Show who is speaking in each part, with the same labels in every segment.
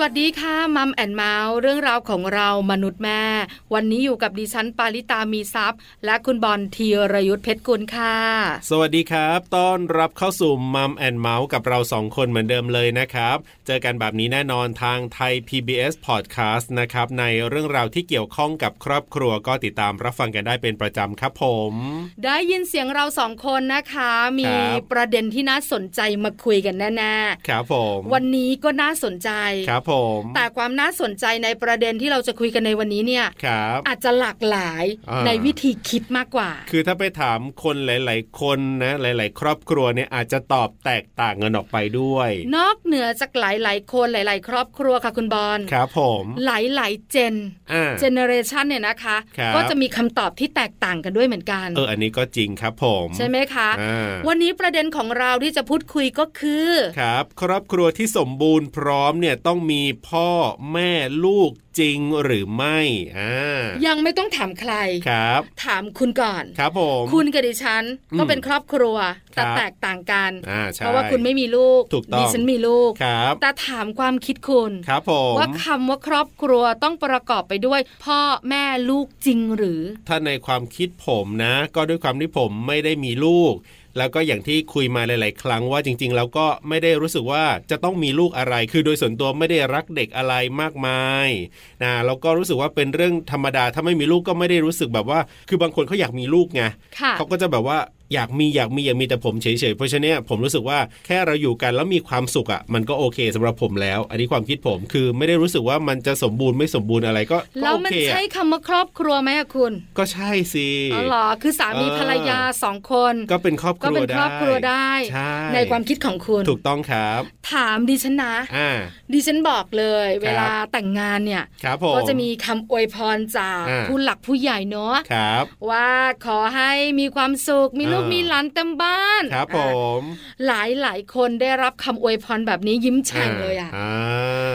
Speaker 1: สวัสดีค่ะมัมแอนเมาส์เรื่องราวของเรามนุษย์แม่ วันนี้อยู่กับดิฉันปาริตามีซัพย์ และคุณบอลธีรยุทธเพชรกุลค่ะ
Speaker 2: สวัสดีครับ ต้อนรับเข้าสู่มัมแอนเมาส์กับเราสองคนเหมือนเดิมเลยนะครับ เจอกันแบบนี้แน่นอนทางไทย PBS Podcast นะครับ ในเรื่องราวที่เกี่ยวข้องกับครอบครัวก็ติดตามรับฟังกันได้เป็นประจำครับผม
Speaker 1: ได้ยินเสียงเราสองคนนะคะ มี
Speaker 2: ครับ
Speaker 1: ประเด็นที่น่าสนใจมาคุยกันแน่
Speaker 2: ครับผม
Speaker 1: ๆวันนี้ก็น่าสนใจ
Speaker 2: ครับผม
Speaker 1: แต่ความน่าสนใจในประเด็นที่เราจะคุยกันในวันนี้เนี่ย
Speaker 2: ครับ
Speaker 1: อาจจะหลากหลาย
Speaker 2: อ่า
Speaker 1: ในวิธีคิดมากกว่า
Speaker 2: คือถ้าไปถามคนหลาย ๆ คนนะ หลาย ๆ ครอบครัวเนี่ยอาจจะตอบแตกต่างกันออกไปด้วย
Speaker 1: นอกเหนือจากหลายๆคนหลาย ๆ ครอบครัวค่ะคุณบอล
Speaker 2: ครับผม
Speaker 1: หลายๆเจน
Speaker 2: อ่า
Speaker 1: เจเนเรชันเนี่ยนะคะ
Speaker 2: ครับ
Speaker 1: ก็จะมีคำตอบที่แตกต่างกันด้วยเหมือนกัน
Speaker 2: เอออันนี้ก็จริงครับผม
Speaker 1: ใช่ไหมคะ
Speaker 2: อ่า
Speaker 1: วันนี้ประเด็นของเราที่จะพูดคุยก็คือ
Speaker 2: ครับครอบครัวที่สมบูรณ์พร้อมเนี่ยต้องมีพ่อแม่ลูกจริงหรือไม่อ่า
Speaker 1: ยังไม่ต้องถามใคร
Speaker 2: ครับ
Speaker 1: ถามคุณก่อน
Speaker 2: ครับผม
Speaker 1: คุณกับดิฉัน
Speaker 2: อืม
Speaker 1: ก็เป็นครอบครัวแต่
Speaker 2: ครับ
Speaker 1: แตกต่างกัน
Speaker 2: อ่าใช่
Speaker 1: เพราะว่าคุณไม่มีลูก
Speaker 2: ถูกต้อง
Speaker 1: ดิฉันมีลูก
Speaker 2: ครับ
Speaker 1: แต่ถามความคิดคุณ
Speaker 2: ครับผม
Speaker 1: ว่าคำว่าครอบครัวต้องประกอบไปด้วย พ่อแม่ลูกจริงหรือ
Speaker 2: ถ้าในความคิดผมนะ ก็ด้วยความที่ผมไม่ได้มีลูก แล้วก็อย่างที่คุยมาหลาย ๆ ครั้งว่าจริง ๆ แล้วก็ไม่ได้รู้สึกว่าจะต้องมีลูกอะไร คือโดยส่วนตัวไม่ได้รักเด็กอะไรมากมายนะแล้วก็รู้สึกว่าเป็นเรื่องธรรมดา ถ้าไม่มีลูกก็ไม่ได้รู้สึกแบบว่า คือบางคนเขาอยากมีลูกไง
Speaker 1: ค่ะ
Speaker 2: เขาก็จะแบบว่าอยากมีอยากมีอยากมีแต่ผมเฉยๆ เพราะฉะนั้นเนี่ยผมรู้สึกว่าแค่เราอยู่กันแล้วมีความสุขอะ่ะมันก็โอเคสำหรับผมแล้ว อันนี้ความคิดผมคือไม่ได้รู้สึกว่ามันจะสมบูรณ์ไม่สมบูรณ์อะไรก็ก็
Speaker 1: แล้ว
Speaker 2: โอ
Speaker 1: มัน
Speaker 2: เค
Speaker 1: ใช่
Speaker 2: อะ
Speaker 1: คำว่าครอบครัวไหมอะคุณ
Speaker 2: ก็ใช่สิ
Speaker 1: อ๋อเหรอคือสามี
Speaker 2: เออ
Speaker 1: ภรรยาสองคน
Speaker 2: ก็เป็นครอบค
Speaker 1: ก็
Speaker 2: รัว
Speaker 1: เป็นค
Speaker 2: ได้
Speaker 1: รอบครัวได้
Speaker 2: ใช่
Speaker 1: ในความคิดของคุณ
Speaker 2: ถูกต้องครับ
Speaker 1: ถามดิฉันนะ
Speaker 2: อ่า
Speaker 1: ดิฉันบอกเลย
Speaker 2: ครับ
Speaker 1: เวลาแต่งงานเนี่ย
Speaker 2: ครับผม
Speaker 1: ก็จะมีคำอวยพรจาก
Speaker 2: อ่า
Speaker 1: ผู้หลักผู้ใหญ่เนาะ
Speaker 2: ครับ
Speaker 1: ว่าขอให้มีความสุข มีลูก
Speaker 2: อ่ามี
Speaker 1: มีหลานเต็มบ้าน
Speaker 2: ครับผ
Speaker 1: อ่าม หลายหลายคนได้รับคำอวยพรแบบนี้ยิ้มแฉ่งเลยอะ
Speaker 2: อ่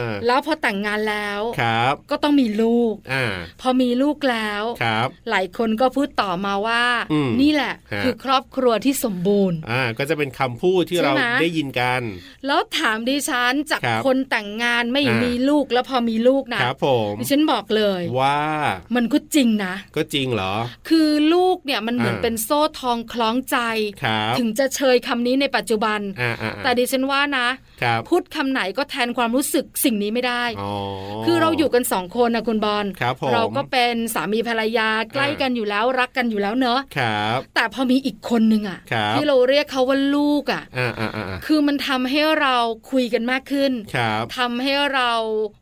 Speaker 2: า
Speaker 1: แล้วพอแต่งงานแล้ว
Speaker 2: ครับ
Speaker 1: ก็ต้องมีลูก
Speaker 2: อ่า
Speaker 1: พอมีลูกแล้ว
Speaker 2: ครับ
Speaker 1: หลายคนก็พูดต่อมาว่า
Speaker 2: อืม
Speaker 1: นี่แหละ
Speaker 2: ฮะ
Speaker 1: คือครอบครัวที่สมบูรณ์
Speaker 2: อ่าก็จะเป็นคำพูดที่
Speaker 1: ใช่
Speaker 2: เรา
Speaker 1: ไหม
Speaker 2: ได้ยินกัน
Speaker 1: แล้วถามดิฉันจาก
Speaker 2: ครับ
Speaker 1: คนแต่งงานไม่
Speaker 2: อ่ามี
Speaker 1: มีลูกแล้วพอมีลูกนะครับ
Speaker 2: ผม
Speaker 1: ดิฉันบอกเลย
Speaker 2: ว่า
Speaker 1: มันก็จริงนะ
Speaker 2: ก็จริงเหรอ
Speaker 1: คือลูกเนี่ยมันเหมือน
Speaker 2: อ่า
Speaker 1: เป็นโซ่ทองคล้องใจ
Speaker 2: ครับ
Speaker 1: ถึงจะเชยคำนี้ในปัจจุบัน
Speaker 2: อ่าอ่า
Speaker 1: แต่ดิฉันว่านะครับ พูดคำไหนก็แทนความรู้สึกสิ่งนี้ไม่ได้
Speaker 2: อ๋อ
Speaker 1: คือเราอยู่กันสองคนนะคุณบอล
Speaker 2: ครับผม
Speaker 1: เราก็เป็นสามีภรรยาใกล้
Speaker 2: อ่า
Speaker 1: กันอยู่แล้วรักกันอยู่แล้วเนอะ
Speaker 2: ครับ
Speaker 1: แต่พอมีอีกคนนึงอ่ะ
Speaker 2: ครับ
Speaker 1: ที่เราเรียกเขาว่าลูกอ่ะ
Speaker 2: อ่าอ่าอ่าอ่า
Speaker 1: คือมันทำให้เราคุยกันมากขึ้น
Speaker 2: ครับ
Speaker 1: ทำให้เรา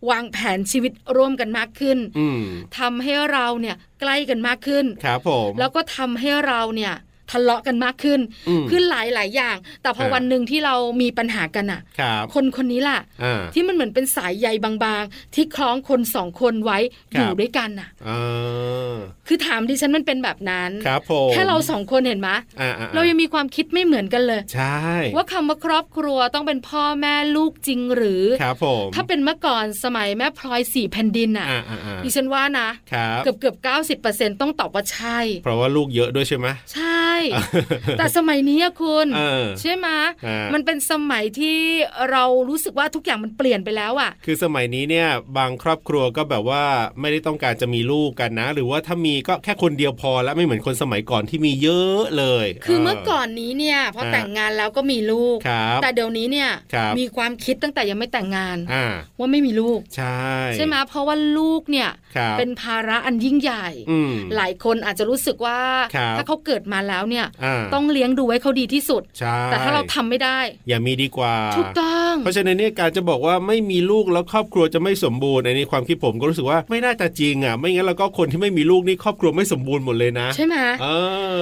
Speaker 1: วางแผนชีวิตร่วมกันมากขึ้น
Speaker 2: อืม
Speaker 1: ทำให้เราเนี่ยใกล้กันมากขึ้น
Speaker 2: ครับผม
Speaker 1: แล้วก็ทำให้เราเนี่ยทะเลาะกันมากขึ้น
Speaker 2: ม
Speaker 1: ขึ้นหลายหลายๆอย่าง แต่พอ
Speaker 2: ฮะ
Speaker 1: วันหนึ่งที่เรามีปัญหากันอ่ะ
Speaker 2: ครับ
Speaker 1: คนคนนี้ล่ะ
Speaker 2: อ่า
Speaker 1: ที่มันเหมือนเป็นสายใยบางๆ ที่คล้องคนสองคนไว้
Speaker 2: ครั
Speaker 1: อ
Speaker 2: บ
Speaker 1: ยู่ด้วยกันน่ะ
Speaker 2: อ่า
Speaker 1: คือถามดิฉันมันเป็นแบบนั้น
Speaker 2: ครับผม
Speaker 1: แค่เราสองคนเห็นไหม
Speaker 2: อ่าอ่า
Speaker 1: เรายังมีความคิดไม่เหมือนกันเลย
Speaker 2: ใช่
Speaker 1: ว่าคำว่าครอบครัวต้องเป็นพ่อแม่ลูกจริงหรือ
Speaker 2: ครับผม
Speaker 1: ถ้าเป็นเมื่อก่อนสมัยแม่พลอยสี่แผ่นดินอ่ะ
Speaker 2: อ่าอ่าอ่า
Speaker 1: ดิฉันว่านะครับ เกือบเกือบเก้าสิบเปอร์เซ็นต้องตอบว่าใช่
Speaker 2: เพราะว่าลูกเยอะด้วยใช่ไหม
Speaker 1: ใช่ แต่สมัยนี้อะคุณ
Speaker 2: เออ
Speaker 1: ใช่ไหม
Speaker 2: ฮะ
Speaker 1: มันเป็นสมัยที่เรารู้สึกว่าทุกอย่างมันเปลี่ยนไปแล้วอ่ะ
Speaker 2: คือสมัยนี้เนี่ยบางครอบครัวก็แบบว่าไม่ได้ต้องการจะมีลูกกันนะ หรือว่าถ้ามีก็แค่คนเดียวพอแล้วไม่เหมือนคนสมัยก่อนที่มีเยอะเลย
Speaker 1: คือเมื่อก่อนนี้เนี่ยพอแต่งงานแล้วก็มีลูก
Speaker 2: ครับ
Speaker 1: แต่เดี๋ยวนี้เนี่ย
Speaker 2: ครับ
Speaker 1: มีความคิดตั้งแต่ยังไม่แต่งงาน
Speaker 2: อ่า
Speaker 1: ว่าไม่มีลูก
Speaker 2: ใช่
Speaker 1: ใช่ไหมเพราะว่าลูกเนี่ย
Speaker 2: ครับ
Speaker 1: เป็นภาระอันยิ่งใหญ่
Speaker 2: อืม
Speaker 1: หลายคนอาจจะรู้สึกว่า
Speaker 2: ครับ
Speaker 1: ถ้าเขาเกิดมาแล้วเนี่ย
Speaker 2: อ่า
Speaker 1: ต้องเลี้ยงดูให้เขาดีที่สุด
Speaker 2: ใช่
Speaker 1: แต่ถ้าเราทำไม่ได้
Speaker 2: อย่ามีดีกว่า
Speaker 1: ถูกต้อง
Speaker 2: เพราะฉะนั้นเนี่ยการจะบอกว่าไม่มีลูกแล้วครอบครัวจะไม่สมบูรณ์อันนี้ความคิดผมก็รู้สึกว่าไม่น่าจะจริงอ่ะ ไม่งั้นแล้วก็คนที่ไม่มีลูกนี่ครอบครัวไม่สมบูรณ์หมดเลยนะ
Speaker 1: ใช่ไหม
Speaker 2: เอ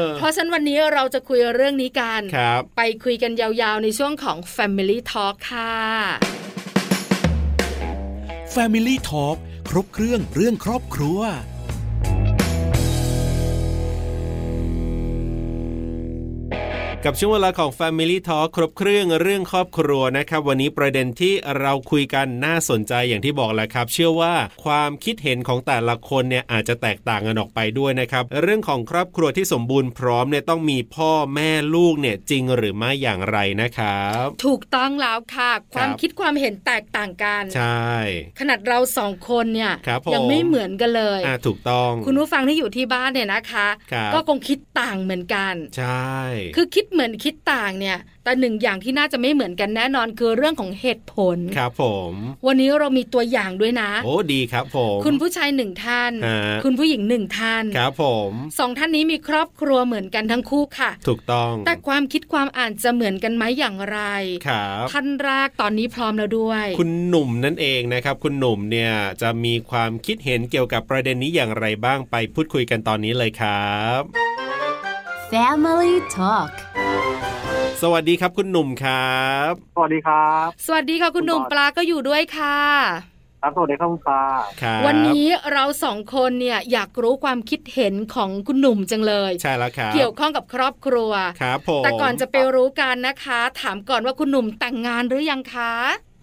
Speaker 2: อ
Speaker 1: เพราะฉะนั้นวันนี้เราจะคุยเรื่องนี้กัน
Speaker 2: ครับ
Speaker 1: ไปคุยกันยาวๆในช่วงของ Family Talk ค่ะ
Speaker 3: Family Talk ครบเครื่องเรื่องครอบครัว
Speaker 2: กับช่วงเวลาของ Family Talk ครบเครื่องเรื่องครอบครัวนะครับ วันนี้ประเด็นที่เราคุยกันน่าสนใจอย่างที่บอกแหละครับ เชื่อว่าความคิดเห็นของแต่ละคนเนี่ยอาจจะแตกต่างกันออกไปด้วยนะครับ เรื่องของครอบครัวที่สมบูรณ์พร้อมเนี่ยต้องมีพ่อแม่ลูกเนี่ยจริงหรือไม่อย่างไรนะครับ
Speaker 1: ถูกต้องแล้วค่ะ ความคิดความเห็นแตกต่างกัน
Speaker 2: ใช่
Speaker 1: ขนาดเราสองคนเนี่ย
Speaker 2: ครับผม
Speaker 1: ยัไม่เหมือนกันเลย
Speaker 2: อ่ะถูกต้อง
Speaker 1: คุณผู้ฟังที่อยู่ที่บ้านเนี่ยนะคะ
Speaker 2: ครับ
Speaker 1: ก็คงคิดต่างเหมือนกัน
Speaker 2: ใช่
Speaker 1: คือคิดเหมือนคิดต่างเนี่ย แต่หนึ่งอย่างที่น่าจะไม่เหมือนกันแน่นอนคือเรื่องของเหตุผล
Speaker 2: ครับผม
Speaker 1: วันนี้เรามีตัวอย่างด้วยนะ
Speaker 2: โอ้ดีครับผม
Speaker 1: คุณผู้ชายหนึ่งท่าน
Speaker 2: ฮะ
Speaker 1: คุณผู้หญิงหนึ่งท่าน
Speaker 2: ครับผม
Speaker 1: สองท่านนี้มีครอบครัวเหมือนกันทั้งคู่ค่ะ
Speaker 2: ถูกต้อง
Speaker 1: แต่ความคิดความอ่านจะเหมือนกันไหมอย่างไร
Speaker 2: ครับ
Speaker 1: ท่านแรกตอนนี้พร้อมแล้วด้วย
Speaker 2: คุณหนุ่มนั่นเองนะครับ คุณหนุ่มเนี่ยจะมีความคิดเห็นเกี่ยวกับประเด็นนี้อย่างไรบ้างไปพูดคุยกันตอนนี้เลยครับ
Speaker 4: Family Talk
Speaker 2: สวัสดีครับคุณหนุ่มครับ
Speaker 5: สวัสดีครับ
Speaker 1: สวัสดีค่ะคุณหนุ่ม
Speaker 5: คุณบอล
Speaker 1: ปลาก็อยู่ด้วยค่ะ
Speaker 5: ครับสวัสดีครับคุณปลา
Speaker 2: ครับ
Speaker 1: วันนี้เราสองคนเนี่ยอยากรู้ความคิดเห็นของคุณหนุ่มจังเลย
Speaker 2: ใช่แล้วครับ
Speaker 1: เกี่ยวข้องกับครอบครัว
Speaker 2: ครับผม
Speaker 1: แต่ก่อนจะไปรู้กันนะคะ ถามก่อนว่าคุณหนุ่มแต่งงานหรือยังคะ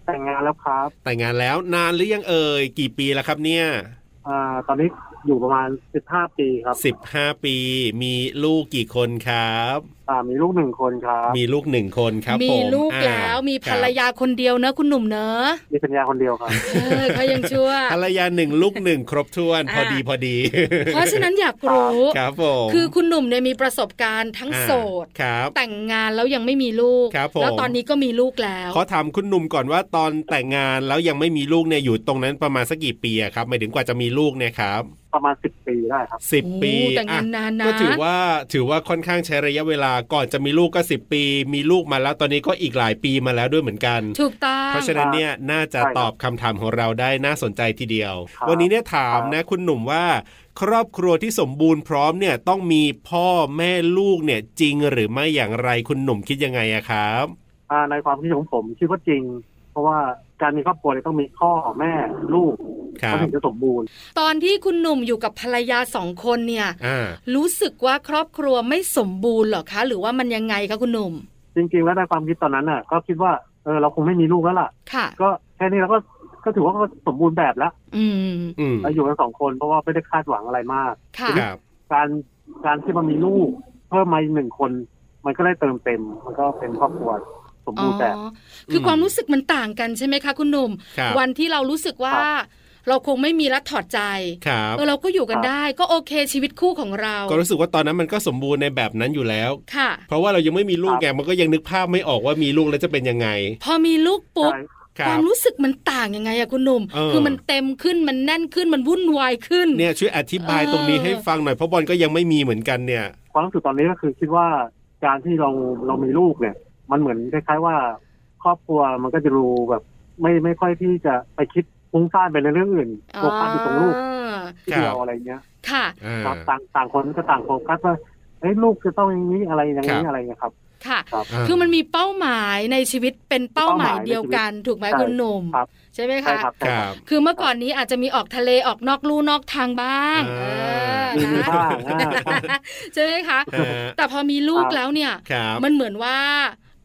Speaker 5: แต่งงานแล้วครับ
Speaker 2: แต่งงานแล้วนานหรือยังเอ่ยกี่ปีแล้วครับเนี่ย
Speaker 5: อ่าตอนนี้อยู่ประมาณ 15 ปีครับ
Speaker 2: 15 ปี มีลูกกี่คนครับ
Speaker 5: อ่ามีลูกหนึ่งคนครับ
Speaker 2: มีลูกหนึ่งคนครับ
Speaker 1: มี
Speaker 2: ผม
Speaker 1: ลูก
Speaker 2: อ่า
Speaker 1: แล้วมีภรร
Speaker 2: ค
Speaker 1: ยาคนเดียวเนอะคุณหนุ่มเนอะ
Speaker 5: มีสัญญาคนเดียว ครับ
Speaker 1: เออเขายังชั่ว
Speaker 2: บภรรยาหนึ่งลูกหนึ่งครบถ้วน พอดี
Speaker 1: อ่า
Speaker 2: พอดี
Speaker 1: เพราะฉะนั้นอยากรู้
Speaker 2: ครับผม
Speaker 1: คือคุณหนุ่มเนี่ยมีประสบการณ์ทั้ง
Speaker 2: อ่า
Speaker 1: โสด
Speaker 2: ครับ
Speaker 1: แต่งงานแล้วยังไม่มีลูก
Speaker 2: ครับผม
Speaker 1: แล้วตอนนี้ก็มีลูกแล้ว
Speaker 2: ขอถามคุณหนุ่มก่อนว่าตอนแต่งงานแล้วยังไม่มีลูกเนี่ยอยู่ตรงนั้นประมาณสักกี่ปีอะครับหมายถึงกว่าจะมีลูกเนี่ยครับ
Speaker 5: ประมาณ 10 ปีได้ครับ
Speaker 2: สิบ
Speaker 1: โอ้
Speaker 2: ปี
Speaker 1: แต่งงานนานนะ
Speaker 2: ก็ถือว่าถือว่าค่อนข้างใช้ระยะเวลาก่อนจะมีลูกก็สิบปี มีลูกมาแล้วตอนนี้ก็อีกหลายปีมาแล้วด้วยเหมือนกัน
Speaker 1: ถูกต้อง
Speaker 2: เพราะฉะนั้นเนี่ยน่าจะ
Speaker 5: ใช่ครับ
Speaker 2: ตอบคำถามของเราได้น่าสนใจทีเดียว
Speaker 5: ครับ
Speaker 2: วันนี้เนี่ยถาม
Speaker 5: ครับ
Speaker 2: นะคุณหนุ่มว่า ครอบครัวที่สมบูรณ์พร้อมเนี่ยต้องมีพ่อแม่ลูกเนี่ยจริงหรือไม่อย่างไรคุณหนุ่มคิดยังไงอะครับ
Speaker 5: อ่าในความคิดของผมคิดว่าจริง เพราะว่าการมีครอบครัวเนี่ยต้องมีพ่อแม่ลูก
Speaker 2: ครั
Speaker 5: เขา
Speaker 2: บ
Speaker 5: ถึงจะสมบูรณ์
Speaker 1: ตอนที่คุณหนุ่มอยู่กับภรรยาสองคนเนี่ย
Speaker 2: อ่า
Speaker 1: รู้สึกว่าครอบครัวไม่สมบูรณ์เหรอคะ หรือว่ามันยังไงคะคุณหนุ่ม
Speaker 5: จริง ๆ แล้วในความคิดตอนนั้นน่ะ ก็คิดว่าเออเราคงไม่มีลูกแล้วล่ะ
Speaker 1: ค่ะ
Speaker 5: ก็แค่นี้เราก็ก็ถือว่าก็สมบูรณ์แบบแล้ว
Speaker 1: อืม
Speaker 2: อืม
Speaker 5: เราอยู่กันสองคนเพราะว่าไม่ได้คาดหวังอะไรมาก
Speaker 1: ค่ะ
Speaker 2: ครับ
Speaker 5: การการที่มันมีลูกเพิ่มมาอีกหนึ่งคน มันก็ได้เติมเต็ม มันก็เป็นครอบครัวสม
Speaker 1: อ๋
Speaker 5: บูรณ์แบบ
Speaker 1: อ คืออ
Speaker 2: ม
Speaker 1: ความรู้สึกมันต่างกันใช่ไหมคะคุณหนุ่ม
Speaker 2: ครับ
Speaker 1: วันที่เรารู้สึกว่า เราคงไม่มีและถอดใจ
Speaker 2: ครับ
Speaker 1: เออเราก็อยู่กัน
Speaker 5: ครับ
Speaker 1: ได้ก็โอเคชีวิตคู่ของเรา
Speaker 2: ก็รู้สึกว่าตอนนั้นมันก็สมบูรณ์ในแบบนั้นอยู่แล้ว
Speaker 1: ค่ะ
Speaker 2: เพราะว่าเรายังไม่มีลูก
Speaker 5: ครับ
Speaker 2: ไงมันก็ยังนึกภาพไม่ออกว่ามีลูกแล้วจะเป็นยังไง
Speaker 1: พอมีลูกปุ๊บ
Speaker 5: ใช่
Speaker 2: ค
Speaker 1: ค
Speaker 2: รั
Speaker 1: วา
Speaker 2: บ
Speaker 1: มรู้สึกมันต่างยังไงอะคุณหนุ่ม
Speaker 2: เออ
Speaker 1: คือมันเต็มขึ้นมันแน่นขึ้นมันวุ่นวายขึ้น
Speaker 2: เนี่ยช่วยอธิบายตรงนี้ให้ฟังหน่อยเพราะบอลก็ยังไม่มีเหมือนกันเนี่ย
Speaker 5: ความรู้สึกตอนนี้ก็คือคิดว่าการที่เราเรามีลูกเนี่ย มันเหมือนคล้ายๆว่า ครอบครัวมันก็จะรู้แบบ ไม่ไม่ค่อยที่จะไปคิดฟุ้งซ่านไปในเรื่องอื่นโฟกัสอยู่ตรงลูก
Speaker 1: อ่า
Speaker 5: ที่
Speaker 2: ครับ
Speaker 5: เดียวอะไรเงี้ย
Speaker 1: ค่ะ
Speaker 2: อ่า
Speaker 5: ครับต่างต่างคนก็ต่างโฟกัสว่าเอ้ยลูกจะต้องอย่างนี้อะไรอย่าง
Speaker 2: ครั
Speaker 5: นี้
Speaker 2: บ
Speaker 5: อะไรเงี้ยครับ
Speaker 1: ค่ะ
Speaker 5: ครับ
Speaker 2: อ่า
Speaker 1: คือมันมีเป้าหมายในชีวิตเป็นเป้าหมาย
Speaker 5: เป้าหมาย
Speaker 1: เดียวกัน ถูกไหม
Speaker 5: ใช่
Speaker 1: คุณหนุ่ม
Speaker 5: ครับ
Speaker 1: ใช่ไหม
Speaker 5: ใช่
Speaker 1: คะ
Speaker 5: ครับใช่
Speaker 2: ค
Speaker 5: ค
Speaker 2: รั
Speaker 5: รับ
Speaker 2: บ
Speaker 1: คือเมื่อก่อนนี้อาจจะมีออกทะเลออกนอกลู่นอกทางบ้าง
Speaker 2: อ่า
Speaker 1: เออ
Speaker 5: มี
Speaker 1: นะ
Speaker 5: บ้างอ่า
Speaker 1: ใช่ไหมคะ
Speaker 2: อ่า
Speaker 1: แต่พอมีลูก
Speaker 5: ครับ
Speaker 1: แล้วเนี่ย
Speaker 2: ครับ
Speaker 1: มันเหมือนว่า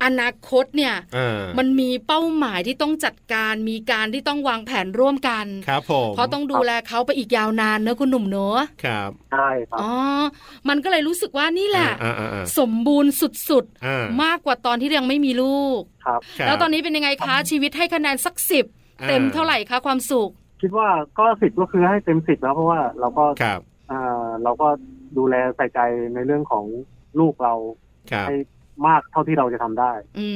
Speaker 1: อนาคตเนี่ย
Speaker 2: อ่า
Speaker 1: มันมีเป้าหมายที่ต้องจัดการมีการที่ต้องวางแผนร่วมกัน
Speaker 2: ครับผม
Speaker 1: เพราะต้องดูแลเขาไปอีกยาวนานเนอะคุณหนุ่มเนอะ
Speaker 2: ครับ
Speaker 5: ใช่ครับ
Speaker 1: อ๋อ มันก็เลยรู้สึกว่านี่แหละ
Speaker 2: อ่าอ่าอ่า
Speaker 1: สมบูรณ์สุด
Speaker 2: อ่า
Speaker 1: ๆ มากกว่าตอนที่ยังไม่มีลูก
Speaker 5: ครับ
Speaker 2: ครับ
Speaker 1: แล้วตอนนี้เป็นยังไงคะชีวิตให้คะแนนสักสิบ
Speaker 2: อ่
Speaker 1: เต็มเท่าไหร่คะความสุข
Speaker 5: คิดว่าก็สิบก็คือให้เต็มสิบแล้วเพราะว่าเราก็
Speaker 2: ครับ
Speaker 5: อ่าเราก็ดูแลใส่ใจในเรื่องของลูกเรา
Speaker 2: ครับ
Speaker 5: ให้มากเท่าที่เราจะทำได้
Speaker 1: อื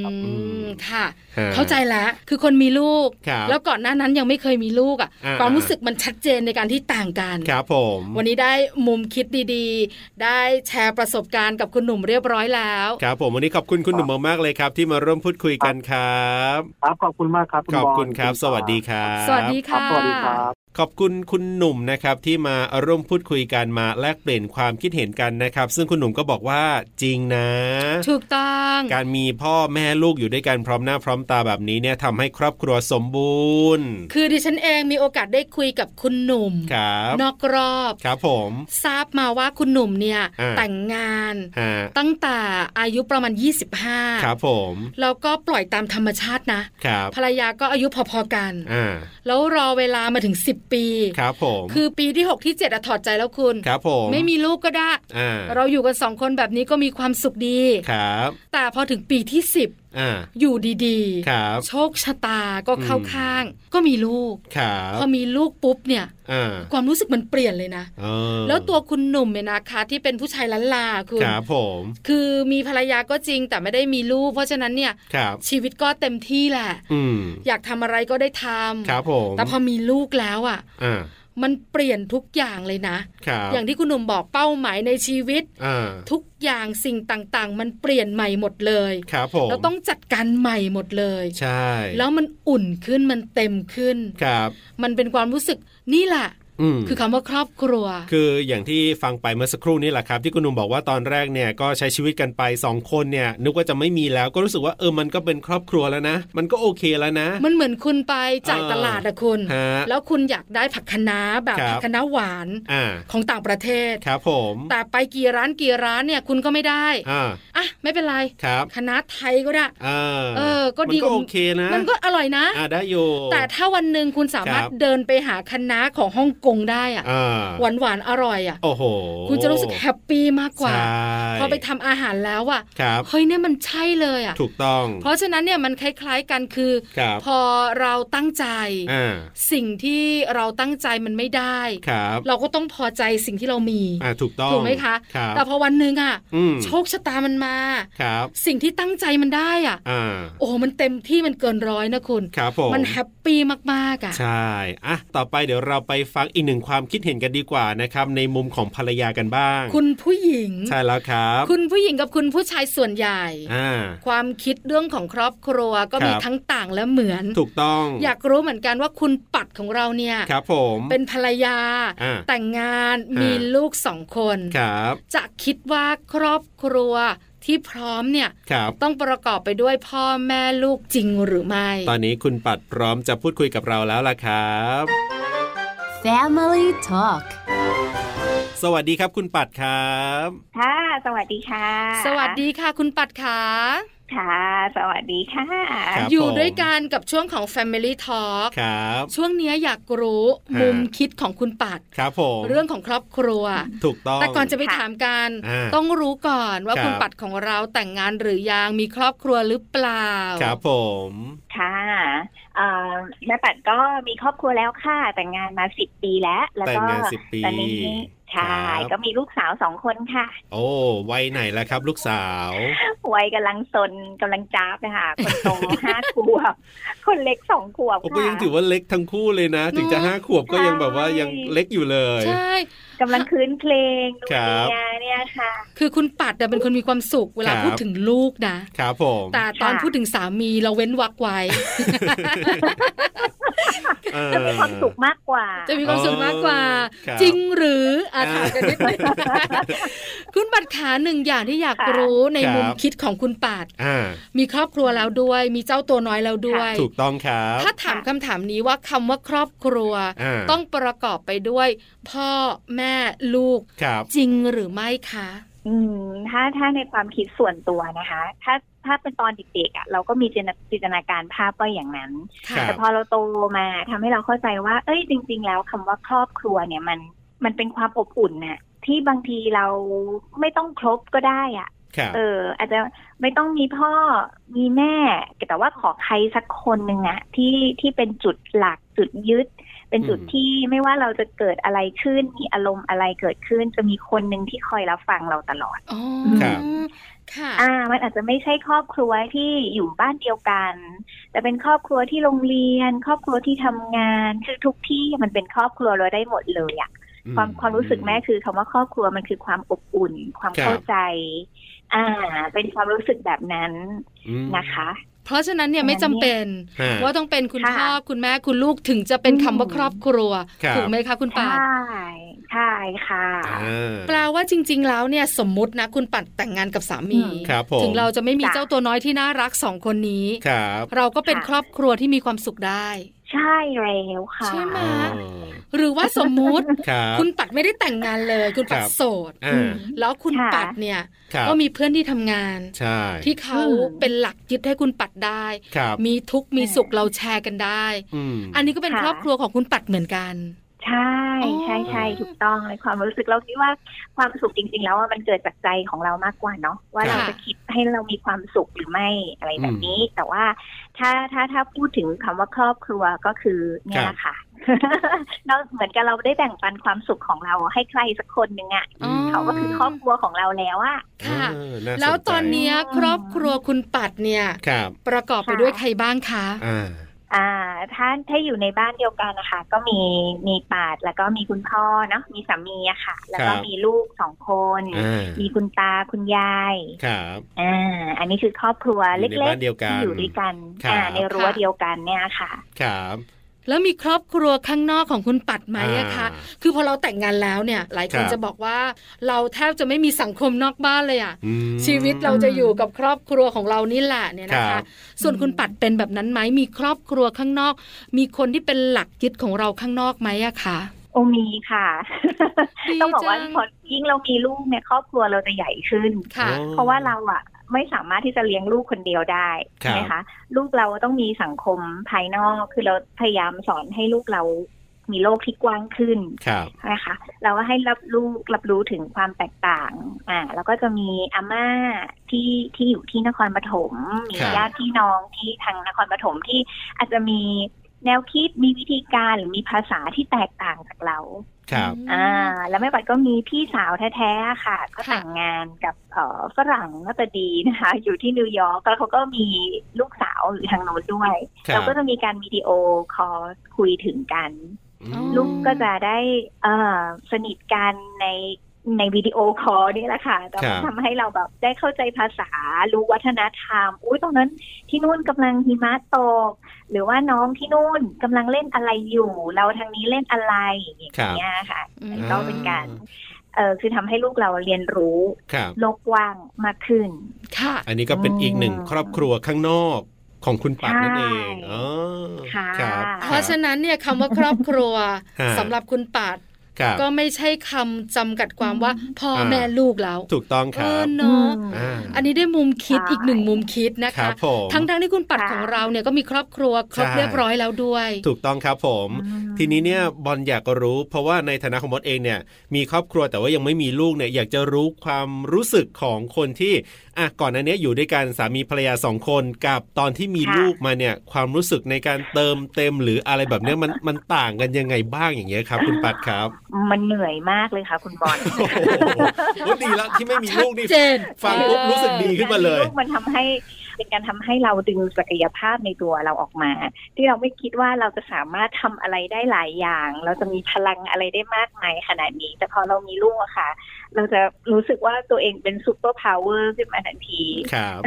Speaker 1: มค่ะ
Speaker 2: ฮะ
Speaker 1: เข้าใจแล้วคือคนมีลูก
Speaker 2: ครับ
Speaker 1: แล้วก่อนหน้านั้นยังไม่เคยมีลูกอ่ะ
Speaker 2: อ่า
Speaker 1: ความรู้สึกมันชัดเจนในการที่ต่างกัน
Speaker 2: ครับผม
Speaker 1: วันนี้ได้มุมคิดดีๆ ได้แชร์ประสบการณ์กับคุณหนุ่มเรียบร้อยแล้ว
Speaker 2: ครับผมวันนี้ขอบคุณคุณหนุ่มมากๆเลยครับ ที่มาร่วมพูดคุยกันครับ
Speaker 5: ครับขอบคุณมากครับคุณ
Speaker 2: ขอบ
Speaker 5: ล
Speaker 2: คุณครับ สวัสดีครับ
Speaker 1: สวัสดี
Speaker 5: ครั
Speaker 1: ค่ะ
Speaker 5: บสวัสดีครับ
Speaker 2: ขอบคุณคุณหนุ่มนะครับที่มาร่วมพูดคุยกันมาแลกเปลี่ยนความคิดเห็นกันนะครับ ซึ่งคุณหนุ่มก็บอกว่าจริงนะ
Speaker 1: ถูกต้อง
Speaker 2: การมีพ่อแม่ลูกอยู่ด้วยกันพร้อมหน้าพร้อมตาแบบนี้เนี่ยทำให้ครอบครัวสมบูรณ์
Speaker 1: คือดิฉันเองมีโอกาสได้คุยกับคุณหนุ่ม
Speaker 2: ครับ
Speaker 1: นอกรอบ
Speaker 2: ครับผม
Speaker 1: ทราบมาว่าคุณหนุ่มเนี่ย
Speaker 2: อ่า
Speaker 1: แต่งงาน
Speaker 2: ฮะ
Speaker 1: ตั้งแต่อายุประมาณ
Speaker 2: ครับ
Speaker 1: 25
Speaker 2: ผม
Speaker 1: แล้วก็ปล่อยตามธรรมชาตินะ
Speaker 2: ครับ
Speaker 1: ภรรยาก็อายุพอๆกัน
Speaker 2: อ่า
Speaker 1: แล้วรอเวลามาถึง 10 ปี
Speaker 2: ครับผม
Speaker 1: คือปีที่ 6 ที่7อะถอดใจแล้วคุณ
Speaker 2: ครับผม
Speaker 1: ไม่มีลูกก็ได้
Speaker 2: อ่า
Speaker 1: เราอยู่กันสองคนแบบนี้ก็มีความสุขดี
Speaker 2: ครับ
Speaker 1: แต่พอถึงปีที่
Speaker 2: อ่า
Speaker 1: 10 อยู่ดี
Speaker 2: ครับ
Speaker 1: โชคชะตาก็เข้า
Speaker 2: อืม
Speaker 1: ข้าง ก็มีลูก
Speaker 2: ครับ
Speaker 1: พอมีลูกปุ๊บเนี่ย
Speaker 2: อ่า
Speaker 1: ความรู้สึกมันเปลี่ยนเลยนะ
Speaker 2: เออ
Speaker 1: แล้วตัวคุณหนุ่มเนี่ยนะคะ ที่เป็นผู้ชายล้านลาคุณ
Speaker 2: ครับผม
Speaker 1: คือมีภรรยาก็จริงแต่ไม่ได้มีลูก เพราะฉะนั้นเนี่ย
Speaker 2: ครับ
Speaker 1: ชีวิตก็เต็มที่แหละ
Speaker 2: อืม
Speaker 1: อยากทำอะไรก็ได้ทำ
Speaker 2: ครับผม
Speaker 1: แต่พอมีลูกแล้วอ่ะ
Speaker 2: อ่า
Speaker 1: มันเปลี่ยนทุกอย่างเลยนะ
Speaker 2: ครับ
Speaker 1: อย่างที่คุณหนุ่มบอกเป้าหมายในชีวิต
Speaker 2: อ่า
Speaker 1: ทุกอย่างสิ่งต่างๆ มันเปลี่ยนใหม่หมดเลย
Speaker 2: ครับผม
Speaker 1: เราต้องจัดการใหม่หมดเลย
Speaker 2: ใช่
Speaker 1: แล้วมันอุ่นขึ้นมันเต็มขึ้น
Speaker 2: ครับ
Speaker 1: มันเป็นความรู้สึกนี่แหละ
Speaker 2: อืม
Speaker 1: คือคำว่าครอบครัว
Speaker 2: คืออย่างที่ฟังไปเมื่อสักครู่นี่แหละครับ ที่คุณหนุ่มบอกว่าตอนแรกเนี่ยก็ใช้ชีวิตกันไป 2 คนเนี่ย นึกว่าจะไม่มีแล้วก็รู้สึกว่าเออมันก็เป็นครอบครัวแล้วนะ มันก็โอเคแล้วนะ
Speaker 1: มันเหมือนคุณไปจ่าย
Speaker 2: เออ
Speaker 1: ตลาดอะคุณ
Speaker 2: ฮะ
Speaker 1: แล้วคุณอยากได้ผักคะน้าแบบ
Speaker 2: ครับ
Speaker 1: ผักคะน้าหวาน
Speaker 2: อ่า
Speaker 1: ของต่างประเทศ
Speaker 2: ครับผม
Speaker 1: แต่ไปกี่ร้านกี่ร้านเนี่ยคุณก็ไม่ได้
Speaker 2: อ่า
Speaker 1: อ่ะไม่เป็นไร
Speaker 2: ครับ
Speaker 1: คณะไทยก็ได้
Speaker 2: อ่า
Speaker 1: เออก็ดี
Speaker 2: มัน
Speaker 1: กว่า
Speaker 2: โอเคนะ
Speaker 1: มันก็อร่อยนะ
Speaker 2: อ่าได้อยู่
Speaker 1: แต่ถ้าวันหนึ่งคุณสามารถ
Speaker 2: ครับ
Speaker 1: เดินไปหาคณะของฮ่องกงได้อะ
Speaker 2: อ่า
Speaker 1: หวานหวานๆอร่อยอะ
Speaker 2: โอ้โห
Speaker 1: คุณจะรู้สึกแฮปปี้มากกว่า
Speaker 2: ใช่
Speaker 1: พอไปทำอาหารแล้วอะ
Speaker 2: ครับ
Speaker 1: เฮ้ยเนี่ยมันใช่เลยอะ
Speaker 2: ถูกต้อง
Speaker 1: เพราะฉะนั้นเนี่ยมันคล้ายๆกันคือ
Speaker 2: ครับ
Speaker 1: พอเราตั้งใจ
Speaker 2: อ่า
Speaker 1: สิ่งที่เราตั้งใจมันไม่ได้
Speaker 2: ครับ
Speaker 1: เราก็ต้องพอใจสิ่งที่เรามี
Speaker 2: อ่าถูกต้อง
Speaker 1: ถูกไหมคะ
Speaker 2: รับ
Speaker 1: แต่พอวันหนึ่งอะ
Speaker 2: อืม
Speaker 1: โชคชะตามันมา
Speaker 2: ครับ
Speaker 1: สิ่งที่ตั้งใจมันได้อ่ะ
Speaker 2: อ่า
Speaker 1: โอ้โหมันเต็มที่มันเกินร้อยนะคุณ
Speaker 2: ครับผม
Speaker 1: มันแฮปปี้มากๆอ่ะ
Speaker 2: ใช่ อ่ะ ต่อไปเดี๋ยวเราไปฟังอีกหนึ่งความคิดเห็นกันดีกว่านะครับ ในมุมของภรรยากันบ้าง
Speaker 1: คุณผู้หญิง
Speaker 2: ใช่แล้วครับ
Speaker 1: คุณผู้หญิงกับคุณผู้ชายส่วนใหญ่
Speaker 2: อ่า
Speaker 1: ความคิดเรื่องของครอบครัวก็มี
Speaker 2: ครับ
Speaker 1: ทั้งต่างและเหมือน
Speaker 2: ถูกต้อง
Speaker 1: อยากรู้เหมือนกันว่าคุณปัดของเราเนี่ย
Speaker 2: ครับผม
Speaker 1: เป็นภรรยา
Speaker 2: อ่า
Speaker 1: แต่งงาน
Speaker 2: อ่ามี
Speaker 1: มีลูกสองคน
Speaker 2: ครับ
Speaker 1: จะคิดว่าครอบครัวที่พร้อมเนี่ย
Speaker 2: ครับ
Speaker 1: ต้องประกอบไปด้วยพ่อแม่ลูกจริงหรือไม่
Speaker 2: ตอนนี้คุณปัดพร้อมจะพูดคุยกับเราแล้วล่ะครับ
Speaker 4: Family Talk
Speaker 2: สวัสดีครับคุณปัดครับ
Speaker 6: ค่ะ สวัสดีค่ะ
Speaker 1: สวัสดีค่ะคุณปัดขา
Speaker 6: ค่ะ สวัสดีค่ะ
Speaker 2: ครับ
Speaker 1: อยู่ด้วย
Speaker 2: ผม
Speaker 1: กันกับช่วงของ Family Talk
Speaker 2: ครับ
Speaker 1: ช่วงเนี้ยอยากรู้
Speaker 2: ฮะ
Speaker 1: มุมคิดของคุณปัด
Speaker 2: ครับผม
Speaker 1: เรื่องของครอบครัว
Speaker 2: ถูกต้อง
Speaker 1: แต่ก่อนจะไป
Speaker 6: ค่ะ
Speaker 1: ถามกัน
Speaker 2: อ่า
Speaker 1: ต้องรู้ก่อนว่า
Speaker 2: ครับ
Speaker 1: คุณปัดของเราแต่งงานหรือยังมีครอบครัวหรือเปล่า
Speaker 2: ครับผม
Speaker 6: ค่ะเอ่อแม่ปัดก็มีครอบครัวแล้วค่ะ แต่งงานมาสิบปีแล้ว แล้ว
Speaker 2: แต่ง
Speaker 6: ก็
Speaker 2: งานสิบปี
Speaker 6: ตอนนี้
Speaker 2: ค
Speaker 6: ใช่
Speaker 2: รับ
Speaker 6: ก็มีลูกสาวสองคนค่ะ
Speaker 2: โอ้วัยไหนแล้วครับ ลูกสาว
Speaker 6: วัยกำลังสนกำลังจ้าบเลยค่ะ คนโต ห้าขวบ คนเล็กสองขวบ
Speaker 2: โอ้ก็
Speaker 6: ค่ะ
Speaker 2: ยังถือว่าเล็กทั้งคู่เลยนะ ถึงจะ
Speaker 1: เนอะ
Speaker 2: ห้าขวบก็ยังแบบว่า
Speaker 6: ใช่
Speaker 2: ยังเล็กอยู่เลย
Speaker 1: ใช่
Speaker 6: กำลังคืนเพลงดู
Speaker 2: ครับ
Speaker 6: เมียเนี่ยค่ะ
Speaker 1: คือคุณปัดเนี่ยเป็นคนมีความสุขเวลา
Speaker 2: ครับ
Speaker 1: พูดถึงลูกนะ
Speaker 2: ครับผม
Speaker 1: แต่ตอน
Speaker 6: ค่ะ
Speaker 1: พูดถึงสามีเราเว้นวักไว้
Speaker 2: เออ
Speaker 6: จะมีความสุขมากกว่า
Speaker 1: จะมีความสุขมากกว่า
Speaker 2: ครับ
Speaker 1: จริงหรืออา
Speaker 2: อ่า
Speaker 1: ถามกันนิดหนึง คุณปัดขาหนึ่งอย่างที่อยาก
Speaker 6: ค่ะ
Speaker 1: รู้ใน
Speaker 2: ครับ
Speaker 1: มุมคิดของคุณปัด
Speaker 2: อ่า
Speaker 1: มีครอบครัวแล้วด้วย มีเจ้าตัวน้อยแล้วด้วย
Speaker 2: ถูกต้องครับ
Speaker 1: ถ้าถามคำถามนี้ว่าคำว่าครอบครัว
Speaker 2: า
Speaker 1: ต้องประกอบไปด้วย พ่อแม่ลูก
Speaker 2: ครับ
Speaker 1: จริงหรือไม่คะ
Speaker 6: อืมถ้าถ้าในความคิดส่วนตัวนะคะ ถ้าถ้าเป็นตอนเด็กๆอ่ะเราก็มีจินตจินตนาการภาพว่าอย่างนั้น
Speaker 2: ครั
Speaker 1: ค่ะ
Speaker 2: บ
Speaker 6: แต่พอเราโตมาทำให้เราเข้าใจว่า เอ้ยจริง ๆ แล้วคำว่าครอบครัวเนี่ยมันมันเป็นความอบอุ่นน่ะที่บางทีเราไม่ต้องครบก็ได้อ่ะ
Speaker 2: ครับ
Speaker 6: เออ อาจจะไม่ต้องมีพ่อมีแม่ แต่ว่าขอใครสักคนหนึ่งอะที่ที่เป็นจุดหลักจุดยึด เป็นจุดที่ไม่ว่าเราจะเกิดอะไรขึ้น มีอารมณ์อะไรเกิดขึ้น จะมีคนหนึ่งที่คอยรับฟังเราตลอด
Speaker 1: อ๋อ
Speaker 6: ครับ
Speaker 1: ค่ะ
Speaker 6: อ่า มันอาจจะไม่ใช่ครอบครัวที่อยู่บ้านเดียวกัน แต่เป็นครอบครัวที่โรงเรียน ครอบครัวที่ทำงานคือทุกที่มันเป็นครอบครัวเราได้หมดเลยอะ
Speaker 2: อื
Speaker 6: ความความรู้สึกแม่คือคำว่าครอบครัวมันคือความอบอุ่น ความเข้าใจ อ่า เป็นความรู้สึกแบบนั้น
Speaker 2: ม
Speaker 6: นะคะ
Speaker 1: เพราะฉะนั้นเนี่ยไม่จำเป็น
Speaker 2: ฮะ
Speaker 1: ว่าต้องเป็นคุณ
Speaker 6: ค่ะ
Speaker 1: พ่อคุณแม่คุณลูกถึงจะเป็นคำว่า
Speaker 6: อืม
Speaker 1: ครอบครัว
Speaker 2: ครับ
Speaker 1: ถูกไหมคะคุณ
Speaker 6: ใช
Speaker 1: ป่าน่
Speaker 6: ใช่ค่ะ
Speaker 2: อ่า
Speaker 1: แปลว่าจริง ๆ แล้วเนี่ยสมมตินะคุณปัดแต่งงานกับสามี
Speaker 4: อืม
Speaker 2: ครับผม
Speaker 1: ถึงเราจะไม่มี
Speaker 6: จ้ะ
Speaker 1: เจ้าตัวน้อยที่น่ารักสองคนนี้
Speaker 2: ครับ
Speaker 1: เราก็เป็นครอบครัวที่มีความสุขได้
Speaker 6: ใช่แล้วค่ะ
Speaker 1: ใช่ไหม
Speaker 2: อ๋อ
Speaker 1: หรือว่าสมมุติ
Speaker 2: ครับ
Speaker 1: คุณปัดไม่ได้แต่งงานเลย คุณปัด
Speaker 2: ครับ
Speaker 1: โสด
Speaker 2: อ่า
Speaker 1: แล้วคุณ
Speaker 6: ค่ะ
Speaker 1: ปัดเนี่ย
Speaker 2: ครับ
Speaker 1: ก็มีเพื่อนที่ทำงาน
Speaker 2: ใช่
Speaker 1: ที่เขา
Speaker 6: อืม
Speaker 1: เป็นหลักยึดให้คุณปัดได้
Speaker 2: ครับ
Speaker 1: มีทุกข์มีสุขเราแชร์กันได้
Speaker 2: อืม
Speaker 1: อันนี้ก็เป็น
Speaker 6: ค่ะ
Speaker 1: ครอบครัวของคุณปัดเหมือนกัน
Speaker 6: ใช่ใช่ใช่
Speaker 2: อ๋อ
Speaker 6: ถูกต้องเลยความรู้สึกเราคิดว่าความสุขจริง ๆ แล้วอะมันเกิดจากใจของเรามากกว่าเนาะว่า
Speaker 2: ค่ะ
Speaker 6: เราจะคิดให้เรามีความสุขหรือไม่อะไรแบบนี้ แต่ว่าถ้าถ้าถ้าพูดถึงคำว่าครอบครัวก็คือเนี่ย
Speaker 2: ครับ
Speaker 6: แหละค่ะ นอก เหมือนกับเราได้แบ่งปันความสุขของเราให้ใครสักคนหนึ่งอะ่ะ
Speaker 2: อืม
Speaker 6: เขาก็คือครอบครัวของเราแล้วอะ
Speaker 1: ค่ะ
Speaker 2: เออน่าสใจ
Speaker 1: แล้วตอนเนี้ยครอบครัวคุณปัดเนี่ย
Speaker 2: ครับ
Speaker 1: ประกอบไป
Speaker 6: ค่ะ
Speaker 1: ด้วยใครบ้างคะ
Speaker 2: อ่า
Speaker 6: อ่าถ้าถ้าอยู่ในบ้านเดียวกันนะคะ ก็มีมีปาดแล้วก็มีคุณพ่อเนาะมีสามีอะค่ะ แล้วก็
Speaker 2: ครับ
Speaker 6: มีลูกสองคน
Speaker 2: อ่า
Speaker 6: มีคุณตาคุณยาย
Speaker 2: ครับ
Speaker 6: อ่าอันนี้คือครอบครัว
Speaker 2: อยู่
Speaker 6: เล็
Speaker 2: ใน
Speaker 6: ก
Speaker 2: บ้าน
Speaker 6: ๆ
Speaker 2: เดียวกัน
Speaker 6: ที่อยู่ด้วยกัน
Speaker 2: ครับ
Speaker 6: อ่าในรั้ว
Speaker 1: ค่ะ
Speaker 6: เดียวกันเนี่ยค่ะ
Speaker 2: ครับ
Speaker 1: แล้วมีครอบครัวข้างนอกของคุณปัดไหมอะ
Speaker 2: อ่า
Speaker 1: คะ คือพอเราแต่งงานแล้วเนี่ย หลายคน
Speaker 2: ครับ
Speaker 1: จะบอกว่า เราแทบจะไม่มีสังคมนอกบ้านเลยอะ
Speaker 2: อืม
Speaker 1: ชีวิตเราจะอยู่กับครอบครัวของเรานี่แหละเนี่ยนะ
Speaker 2: ครั
Speaker 1: คะ
Speaker 2: บ
Speaker 1: ส่วนคุณปัดเป็นแบบนั้นไหมมีครอบครัวข้างนอก มีคนที่เป็นหลักยึดของเราข้างนอกไหมอะคะ
Speaker 6: โอมีค่ะ
Speaker 1: ดี
Speaker 6: ต้องบอกว่า
Speaker 1: จัง
Speaker 6: พอยิ่งเรามีลูกเนี่ยครอบครัวเราจะใหญ่ขึ้น
Speaker 1: ค่ะ
Speaker 2: อ๋อ
Speaker 6: เพราะว่าเราอะไม่สามารถที่จะเลี้ยงลูกคนเดียวได้ใช่ไหม
Speaker 2: ครั
Speaker 6: คะ
Speaker 2: บ
Speaker 6: ลูกเราต้องมีสังคมภายนอกคือเราพยายามสอนให้ลูกเรามีโลกที่กว้างขึ้น
Speaker 2: ครับ
Speaker 6: นะคะเราก็ให้รับรู้รับรู้ถึงความแตกต่างอ่าแล้วก็จะมีอาม่าที่ที่อยู่ที่นครปฐมมี
Speaker 2: ครับ
Speaker 6: ญาติพี่น้องที่ทางนครปฐมที่อาจจะมีแนวคิดมีวิธีการหรือมีภาษาที่แตกต่างจากเรา
Speaker 2: ครับ
Speaker 6: อ่าแล้วแม่ปัดก็มีพี่สาวแท้ๆค่ะ ก็แต่งงานกับเอ่อฝรั่งหน่าตาดีนะคะ อยู่ที่นิวยอร์กแล้วเขาก็มีลูกสาวอยู่ทางโน้นด้วย
Speaker 2: ครับ
Speaker 6: เราก็จะมีการวิดีโอคอลคุยถึงกัน
Speaker 2: อืม
Speaker 6: ลูกก็จะได้เอ่อสนิทกันในในวิดีโอคอลนี่แหละค่ะแต่
Speaker 2: ครั
Speaker 6: มั
Speaker 2: บ
Speaker 6: นทำให้เราแบบได้เข้าใจภาษา รู้วัฒนธรรม อุ้ยตรงนั้นที่นู่นกำลังหิมะตก หรือว่าน้องที่นู่นกำลังเล่นอะไรอยู่ เราทางนี้เล่นอะไรอย่างเงี้ยค่ะ
Speaker 1: อืม
Speaker 6: ก็เป็นการเออคือทำให้ลูกเราเรียนรู้
Speaker 2: ครับ
Speaker 6: โลกกว้างมากขึ้น
Speaker 1: ค่ะ
Speaker 2: อันนี้ก็เป็นอีกหนึ่งครอบครัวข้างนอกของคุณปัดนั่นเอง
Speaker 6: ใช่
Speaker 2: อ๋อ
Speaker 6: ค่ะ
Speaker 2: ครับ
Speaker 1: เพราะฉะนั้นเนี่ยคำว่าครอบครัว
Speaker 2: ฮะ
Speaker 1: สำหรับคุณปัด
Speaker 2: ครับ
Speaker 1: ก็ไม่ใช่คำจำกัดความว่าพ่ออา แม่ลูกแล้ว
Speaker 2: ถูกต้องค
Speaker 1: เอ
Speaker 2: รั
Speaker 1: อบ เนาะ
Speaker 6: อืม
Speaker 2: า
Speaker 1: อันนี้ได้มุมคิด
Speaker 6: ใช่
Speaker 1: อีกหนึ่งมุมคิดนะ
Speaker 2: ครั
Speaker 1: คะ
Speaker 2: บผม
Speaker 1: ทั้งทั้งๆที่คุณปัด
Speaker 6: ค่ะ
Speaker 1: ของเราเนี่ยก็มีครอบครัวครบ
Speaker 2: ใช่
Speaker 1: เรียบร้อยแล้วด้วย
Speaker 2: ถูกต้องครับผม ทีนี้เนี่ยบอลอยากรู้เพราะว่าในฐานะของมดเองเนี่ยมีครอบครัวแต่ว่ายังไม่มีลูกเนี่ยอยากจะรู้ความรู้สึกของคนที่อ่ะก่อนหน้าเนี้ยอยู่ด้วยกันสามีภรรยาสองคนกับตอนที่มี
Speaker 6: ค่ะ
Speaker 2: ลูกมาเนี่ยความรู้สึกในการเติมเต็มหรืออะไรแบบเนี้ยมันมันต่างกันยังไงบ้างอย่างเงี้ยครับ คุณปัดครับ
Speaker 6: มันเหนื่อยมากเลยค่ะ คุณบอล
Speaker 2: โอ้โหโอ้ดีแล้วที่ไม่มี
Speaker 1: ชัด
Speaker 2: ลูกนี่
Speaker 1: เจน
Speaker 2: ฟังปุ๊บ
Speaker 1: เออ
Speaker 2: รู้สึกดีขึ้นมาเลย
Speaker 6: กมันทำให้เป็นการทำให้เราดึงศักยภาพในตัวเราออกมา ที่เราไม่คิดว่าเราจะสามารถทำอะไรได้หลายอย่าง เราจะมีพลังอะไรได้มากมายขนาดนี้ แต่พอเรามีลูกอะค่ะ เราจะรู้สึกว่าตัวเองเป็นซูเปอร์พาวเวอร์ขึ้นมาทันที
Speaker 2: ครับ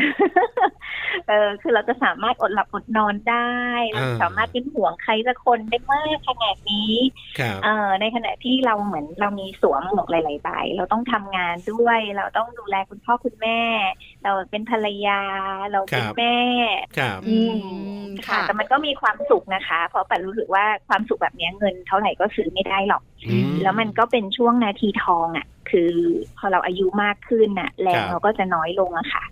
Speaker 6: เออคือเราจะสามารถอดหลับอดนอนได้เราจะ
Speaker 2: อ่า
Speaker 6: สามารถเป็นห่วงใครสักคนได้มากขนาดนี้
Speaker 2: ครับ
Speaker 6: เอ่อในขณะที่เราเหมือนเรามีสวมหมวกหลายๆใบเราต้องทำงานด้วย เราต้องดูแลคุณพ่อคุณแม่ เราเป็นภรรยา เราเป็น
Speaker 2: ครับ
Speaker 6: แม่
Speaker 2: ครับ
Speaker 1: อืม
Speaker 6: ค่ะ
Speaker 1: ค่ะ
Speaker 6: แต่มันก็มีความสุขนะคะ เพราะปันรู้สึกว่าความสุขแบบเนี้ยเงินเท่าไหร่ก็ซื้อไม่ได้หรอก
Speaker 2: อืม
Speaker 6: แล้วมันก็เป็นช่วงนาทีทองอะ่ะ คือพอเราอายุมากขึ้นน่ะ แรงเราก็จะน้อยลงอะค่ะ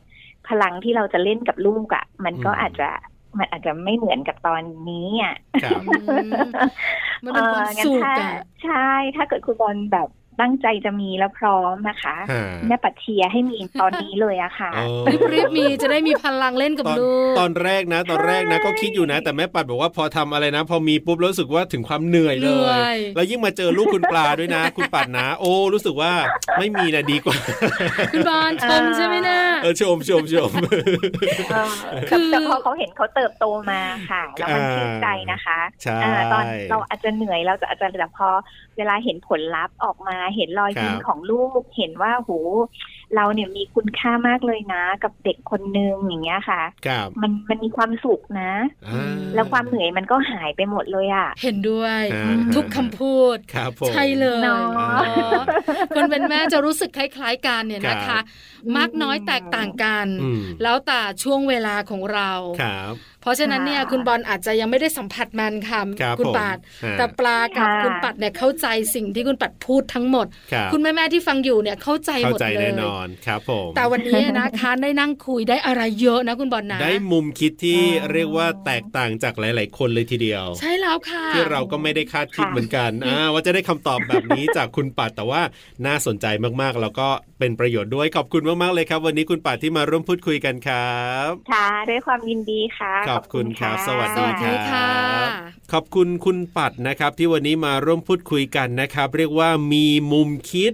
Speaker 6: พลังที่เราจะเล่นกับลูกอะ่ะ มันก็อาจจะมันอาจจะไม่เหมือนกับตอนนี้อ่ะ
Speaker 2: ครับ
Speaker 1: อืมมันเป็นความ
Speaker 6: เอองั้น
Speaker 1: สุข
Speaker 6: ถ้า
Speaker 1: อะ
Speaker 6: ใช่ ถ้าเกิดคุณบอลแบบตั้งใจจะมีแล้วพร้อมนะคะ
Speaker 2: ฮะ
Speaker 6: แม่ปัดเชียร์ให้มีตอนนี้เลยอะค่ะ
Speaker 2: อ๋อ
Speaker 1: รีบๆมีจะได้มีพลังเล่นกับ
Speaker 2: ตอน
Speaker 1: ลูก
Speaker 2: ตอนแรกนะตอนแรกนะ
Speaker 6: ใช่
Speaker 2: ก็คิดอยู่นะ แต่แม่ปัดบอกว่าพอทำอะไรนะ พอมีปุ๊บแล้วรู้สึกว่าถึงความเหนื่อยเล
Speaker 1: เหนื่อย ย
Speaker 2: แล้วยิ่งมาเจอลูกคุณปลาด้วยนะ คุณปัดนะ โอ้รู้สึกว่าไม่มีนะดีกว่า
Speaker 1: คุณบอลชมใช่ไหมนะ
Speaker 2: เออชมชมชม
Speaker 6: เออ
Speaker 1: คือ
Speaker 6: แต่พอเขาเห็นเขาเติบโตมาค่ะ แล้วมัน
Speaker 2: อ่า
Speaker 6: ชื่นใจนะคะ
Speaker 2: ใช่
Speaker 6: อ่าตอนเราอาจจะเหนื่อยเราจะอาจจะแต่พอเวลาเห็นผลลัพธ์ออกมา เห็นรอยยิ้ม
Speaker 2: ครับ
Speaker 6: ของลูก เห็นว่าโห เราเนี่ยมีคุณค่ามากเลยนะ กับเด็กคนนึงอย่างเงี้ยค่ะ
Speaker 2: ครับ
Speaker 6: มันมันมีความสุขนะ
Speaker 2: อ่า
Speaker 6: แล้วความเหนื่อยมันก็หายไปหมดเลยอะ
Speaker 1: เห็นด้วย
Speaker 2: อ่า
Speaker 1: ทุกคำพูด
Speaker 2: ครับผม
Speaker 1: ใช่เลย
Speaker 6: เนาะ
Speaker 1: อ๋อคนเป็นแม่จะรู้สึกคล้าย ๆ กันเนี่ยนะ
Speaker 2: ครั
Speaker 1: คะ
Speaker 2: บ
Speaker 1: มากน้อยแตกต่างกัน
Speaker 2: อืม
Speaker 1: แล้วแต่ช่วงเวลาของเรา
Speaker 2: ครับ
Speaker 1: เพราะฉะนั้นเนี่ย
Speaker 6: ค่ะ
Speaker 1: คุณบอลอาจจะยังไม่ได้สัมผัสมันค่ะ
Speaker 2: ครับ
Speaker 1: คุณ
Speaker 2: ผม
Speaker 1: ปัด
Speaker 2: ฮะ
Speaker 1: แต่ปลากับ
Speaker 6: ค่ะ
Speaker 1: คุณปัดเนี่ยเข้าใจสิ่งที่คุณปัดพูดทั้งหมด
Speaker 2: ครับ
Speaker 1: คุณแม่แม่ๆที่ฟังอยู่เนี่ยเข้าใจห
Speaker 2: เข้าม
Speaker 1: ด
Speaker 2: ใจ
Speaker 1: เล
Speaker 2: แน่
Speaker 1: ย
Speaker 2: นอนครับผม
Speaker 1: แต่วันนี้นะคะได้นั่งคุยได้อะไรเยอะนะคุณบอลนะ
Speaker 2: ได้มุมคิดที่
Speaker 6: อ่า
Speaker 2: เรียกว่าแตกต่างจากหลาย ๆ คนเลยทีเดียว
Speaker 1: ใช่แล้วค่ะ
Speaker 2: ที่เราก็ไม่ได้คาดคิด
Speaker 6: ค่ะ
Speaker 2: เหมือนกันอ่าว่าจะได้คำตอบแบบนี้ จากคุณปัดแต่ว่าน่าสนใจมาก ๆ แล้วก็เป็นประโยชน์ด้วยขอบคุณมาก ๆ เลยครับ วันนี้คุณปัดที่มาร่วมพูดคุยกันครับ
Speaker 6: ค่ะด้วยความยินดีค่ะ
Speaker 2: ขอบคุณครับ สวัส
Speaker 1: ส
Speaker 2: ดี
Speaker 1: วัส
Speaker 2: ค
Speaker 1: ดี
Speaker 2: รับ
Speaker 1: ค่ะ
Speaker 2: ขอบคุณคุณปัดนะครับ ที่วันนี้มาร่วมพูดคุยกันนะครับ เรียกว่ามีมุมคิด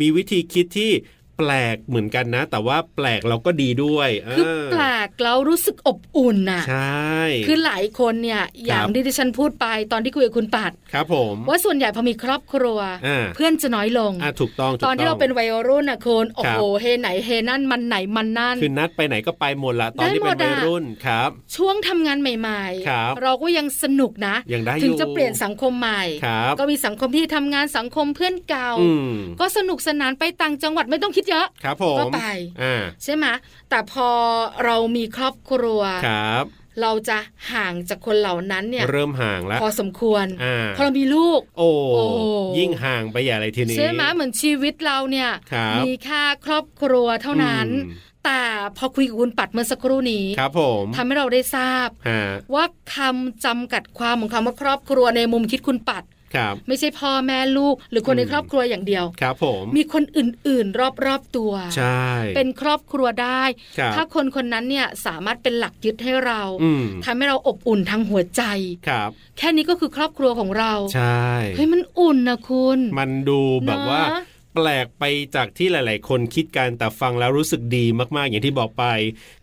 Speaker 2: มีวิธีคิดที่แปลกเหมือนกันนะ แต่ว่าแปลกเราก็ดีด้วยเ
Speaker 1: คือแปลกแล้วรู้สึกอบอุ่นน่ะ
Speaker 2: ใช่
Speaker 1: คือหลายคนเนี่ยอย่าง
Speaker 2: ครับ
Speaker 1: ที่ดิฉันพูดไปตอนที่คุยกับคุณปัด
Speaker 2: ครับผม
Speaker 1: ว่าส่วนใหญ่พอมีครอบครัว
Speaker 2: อ่า
Speaker 1: เพื่อนจะน้อยลง
Speaker 2: อ่ะถูกต้องถูก
Speaker 1: ต
Speaker 2: ง
Speaker 1: อนที่เราเป็นวัยรุ่นนะคุณโอ้
Speaker 2: ครั
Speaker 1: โห
Speaker 2: บ
Speaker 1: เฮไหนเฮนั่นมันไหนมันนั่น
Speaker 2: คือนัดไปไหนก็ไปหมดละตอนที่เป็น
Speaker 1: ได้
Speaker 2: วั
Speaker 1: หมด
Speaker 2: ย
Speaker 1: อะ
Speaker 2: รุ่นครับ
Speaker 1: ช่วงทำงานใหม่
Speaker 2: ครับ
Speaker 1: เราก็ยังสนุกนะ
Speaker 2: ยังได้อยู่
Speaker 1: ถึงจะเปลี่ยนสังคมใหม่
Speaker 2: ครับ
Speaker 1: ก็มีสังคมที่ทำงานสังคมเพื่อนเก่า
Speaker 2: อืม
Speaker 1: ก็สนุกสนานไปต่างจังหวัดไม่ต้องคิดเยอะ
Speaker 2: ครับผม
Speaker 1: ก็ไป
Speaker 2: อ่า
Speaker 1: ใช่ไหมแต่พอเรามีครอบครัว
Speaker 2: ครับ
Speaker 1: เราจะห่างจากคนเหล่านั้นเนี่ย
Speaker 2: เริ่มห่างแล้ว
Speaker 1: พอสมควร
Speaker 2: อ่า
Speaker 1: พอเรามีลูก
Speaker 2: โอ้
Speaker 1: โอ้
Speaker 2: ยิ่งห่างไปใหญ่เลยทีนี้
Speaker 1: ใช่ไหมเหมือนชีวิตเราเนี่ย
Speaker 2: ครับ
Speaker 1: มีค่าครอบครัวเท่านั้น
Speaker 2: อืม
Speaker 1: แต่พอคุยกับคุณปัดเมื่อสักครู่นี้
Speaker 2: ครับผม
Speaker 1: ทำให้เราได้ทราบ
Speaker 2: ฮะ
Speaker 1: ว่าคำจำกัดความของคำว่าครอบครัวในมุมคิดคุณปัด
Speaker 2: ครับ
Speaker 1: ไม่ใช่พ่อแม่ลูก หรือคน
Speaker 2: อืม
Speaker 1: ในครอบครัวอย่างเดียว
Speaker 2: ครับผม
Speaker 1: มีคนอื่น ๆ รอบๆตัว
Speaker 2: ใช่
Speaker 1: เป็นครอบครัวได้
Speaker 2: ครับ
Speaker 1: ถ้าคนคนนั้นเนี่ยสามารถเป็นหลักยึดให้เรา
Speaker 2: อืม
Speaker 1: ทำให้เราอบอุ่นทางหัวใจ
Speaker 2: ครับ
Speaker 1: แค่นี้ก็คือครอบครัวของเรา
Speaker 2: ใช่
Speaker 1: เฮ้ยมันอุ่นนะคุณ
Speaker 2: มันดูแบบ
Speaker 1: เนอะ
Speaker 2: ว่า แปลกไปจากที่หลาย ๆ คนคิดกันแต่ฟังแล้วรู้สึกดีมาก ๆ อย่างที่บอกไป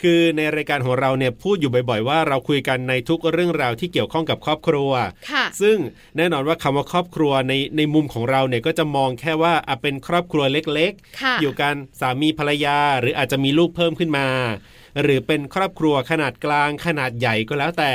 Speaker 2: คือในรายการของเราเนี่ยพูดอยู่บ่อย ๆ ว่าเราคุยกันในทุกเรื่องราวที่เกี่ยวข้องกับครอบครัว
Speaker 1: ค่ะ
Speaker 2: ซึ่งแน่นอนว่าคำว่าครอบครัวในในมุมของเราเนี่ยก็จะมองแค่ว่าอ่ะเป็นครอบครัวเล็ก
Speaker 1: ค่ะ
Speaker 2: ๆ อยู่กันสามีภรรยาหรืออาจจะมีลูกเพิ่มขึ้นมา หรือเป็นครอบครัวขนาดกลางขนาดใหญ่ก็แล้วแต่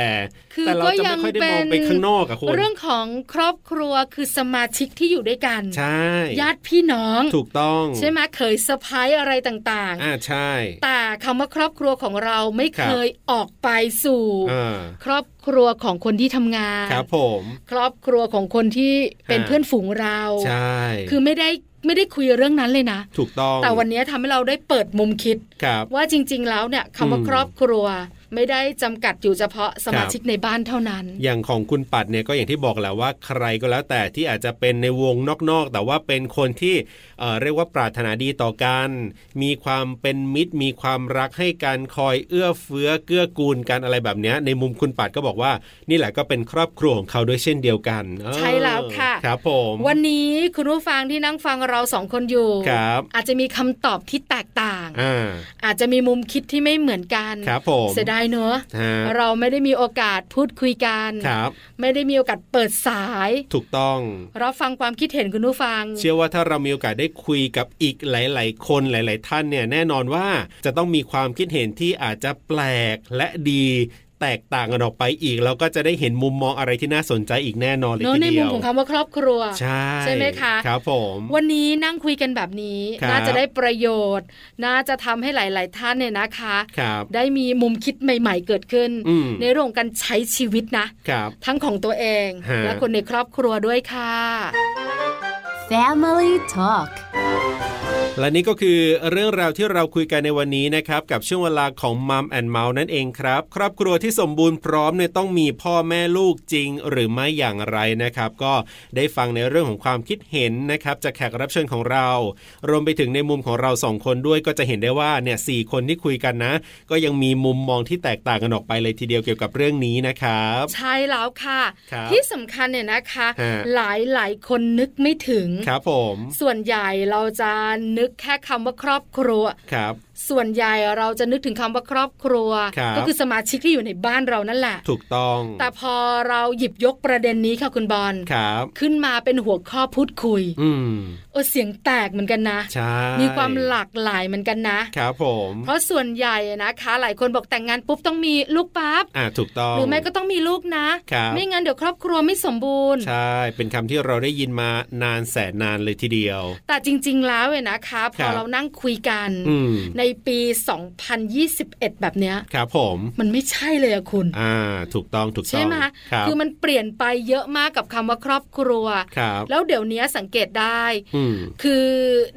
Speaker 1: คือ
Speaker 2: แต่เรา
Speaker 1: ก็
Speaker 2: จะ
Speaker 1: ยั
Speaker 2: ไม่
Speaker 1: ง
Speaker 2: ค่อยได้
Speaker 1: เป็
Speaker 2: มอง
Speaker 1: น
Speaker 2: ไปข้างนอกอะคุณ
Speaker 1: เรื่องของครอบครัวคือสมาชิกที่อยู่ด้วยกัน
Speaker 2: ใช่
Speaker 1: ญาติพี่น้อง
Speaker 2: ถูกต้อง
Speaker 1: ใช่ไหมเคยเซอร์ไพรส์อะไรต่าง
Speaker 2: อ่าใช่
Speaker 1: ๆ แต่คำว่าครอบครัวของเราไม่
Speaker 2: ครับ
Speaker 1: เคยออกไปสู่
Speaker 2: อ่า
Speaker 1: ครอบครัวของคนที่ทำงาน
Speaker 2: ครับผม
Speaker 1: ครอบครัวของคนที่เป็น
Speaker 2: ฮะ
Speaker 1: เพื่อนฝูงเรา
Speaker 2: ใช่
Speaker 1: คือไม่ได้ไม่ได้คุยเรื่องนั้นเลยนะ
Speaker 2: ถูกต้อง
Speaker 1: แต่วันนี้ทำให้เราได้เปิดมุมคิด
Speaker 2: ครับ
Speaker 1: ว่าจริง ๆ แล้วเนี่ยคำว่า
Speaker 2: อืม
Speaker 1: ครอบครัว ไม่ได้จำกัดอยู่เฉพาะสมาชิกในบ้านเท่านั้น
Speaker 2: อย่างของคุณปัดเนี่ยก็อย่างที่บอกแหละว่าใครก็แล้วแต่ที่อาจจะเป็นในวงนอกๆ แต่ว่าเป็นคนที่เอ่อเรียกว่าปรารถนาดีต่อกัน มีความเป็นมิตร มีความรักให้กันคอยเอื้อเฟื้อเกื้อกูลกันอะไรแบบเนี้ยในมุมคุณปัดก็บอกว่า นี่แหละก็เป็นครอบครัวของเขาด้วยเช่นเดียวกันเออ
Speaker 1: ใช่แล้วค่ะ
Speaker 2: ครับผม
Speaker 1: วันนี้คุณผู้ฟังที่นั่งฟังเราสองคนอยู่
Speaker 2: ครับ
Speaker 1: อาจจะมีคำตอบที่แตกต่าง
Speaker 2: อ่า
Speaker 1: อาจจะมีมุมคิดที่ไม่เหมือนกัน
Speaker 2: ครับผม
Speaker 1: เสียดายเนอะ
Speaker 2: ฮะ
Speaker 1: เราไม่ได้มีโอกาสพูดคุยกัน
Speaker 2: ครับ
Speaker 1: ไม่ได้มีโอกาสเปิดสาย
Speaker 2: ถูกต้อง
Speaker 1: รับฟังความคิดเห็นคุณผู้ฟัง
Speaker 2: เชื่อว่าถ้าเรามีโอกาสได้คุยกับอีกหลาย ๆ คนหลาย ๆ ท่านเนี่ยแน่นอนว่าจะต้องมีความคิดเห็นที่อาจจะแปลกและดี แตกต่างกันออกไปอีกแล้วก็จะได้เห็นมุมมองอะไรที่น่าสนใจอีกแน่นอนเลย
Speaker 1: เนอะ
Speaker 2: ที
Speaker 1: ใน
Speaker 2: เดี
Speaker 1: มุ
Speaker 2: ย
Speaker 1: ม
Speaker 2: ว
Speaker 1: ของคำว่าครอบครัว
Speaker 2: ใช่
Speaker 1: ใช่ไหมคะ
Speaker 2: ครับผม
Speaker 1: วันนี้นั่งคุยกันแบบนี้
Speaker 2: ครับ
Speaker 1: น่าจะได้ประโยชน์ น่าจะทำให้หลาย ๆ ท่านเนี่ยนะคะ
Speaker 2: ครับ
Speaker 1: ได้มีมุมคิดใหม่ ๆ เกิดขึ้น
Speaker 2: อืม
Speaker 1: ในเรื่องของการใช้ชีวิตนะ
Speaker 2: ครับ
Speaker 1: ทั้งของตัวเอง
Speaker 2: ฮะ
Speaker 1: และคนในครอบครัวด้วยค่ะ
Speaker 4: Family Talk
Speaker 2: และนี่ก็คือเรื่องราวที่เราคุยกันในวันนี้นะครับ กับช่วงเวลาของมัมแอนเมาส์นั่นเองครับ ครอบครัวที่สมบูรณ์พร้อมเนี่ยต้องมีพ่อแม่ลูกจริง หรือไม่อย่างไรนะครับ ก็ได้ฟังในเรื่องของความคิดเห็นนะครับจากแขกรับเชิญของเรา รวมไปถึงในมุมของเราสองคนด้วยก็จะเห็นได้ว่าเนี่ยสคนที่คุยกันนะ ก็ยังมีมุมมองที่แตกต่างกันออกไปเลยทีเดียวเกี่ยวกับเรื่องนี้นะครับ
Speaker 1: ใช่แล้วค่ะ
Speaker 2: ครับ
Speaker 1: ที่สำคัญเนี่ยนะคะ
Speaker 2: ฮะ
Speaker 1: หลายหลายๆคนนึกไม่ถึง
Speaker 2: ครับผม
Speaker 1: ส่วนใหญ่เราจะนึกแค่คำว่าครอบครัว
Speaker 2: ครับ
Speaker 1: ส่วนใหญ่เราจะนึกถึงคำว่าครอบครัว
Speaker 2: ครับ
Speaker 1: ก็คือสมาชิกที่อยู่ในบ้านเรานั่นแหละ
Speaker 2: ถูกต้อง
Speaker 1: แต่พอเราหยิบยกประเด็นนี้ค่ะคุณบอล
Speaker 2: ครับ
Speaker 1: ขึ้นมาเป็นหัวข้อพูดคุย
Speaker 2: อืม
Speaker 1: เออเสียงแตกเหมือนกันนะ
Speaker 2: ใช่
Speaker 1: มีความหลากหลายเหมือนกันนะ
Speaker 2: ครับผม
Speaker 1: เพราะส่วนใหญ่นะคะ หลายคนบอกแต่งงานปุ๊บต้องมีลูกปั๊บ
Speaker 2: อ่าถูกต้อง
Speaker 1: หรือไม่ก็ต้องมีลูกนะ
Speaker 2: ครับ
Speaker 1: ไม่งั้นเดี๋ยวครอบครัวไม่สมบูรณ์
Speaker 2: ใช่ เป็นคำที่เราได้ยินมานานแสนนานเลยทีเดียว
Speaker 1: แต่จริง ๆ แล้วเนี่ยนะคะพ
Speaker 2: ครั
Speaker 1: อบ เรานั่งคุยกัน
Speaker 2: อืม
Speaker 1: ในปี 2021 แบบเนี้ย
Speaker 2: ครับผม
Speaker 1: มันไม่ใช่เลยอะคุณ
Speaker 2: อ่า ถูกต้องถูกต้อง
Speaker 1: ใช่ไหม
Speaker 2: ครับ
Speaker 1: อมันเปลี่ยนไปเยอะมากกับคำว่าครอบครัว
Speaker 2: ครับ
Speaker 1: แล้วเดี๋ยวนี้สังเกตได้
Speaker 2: อืม
Speaker 1: คือ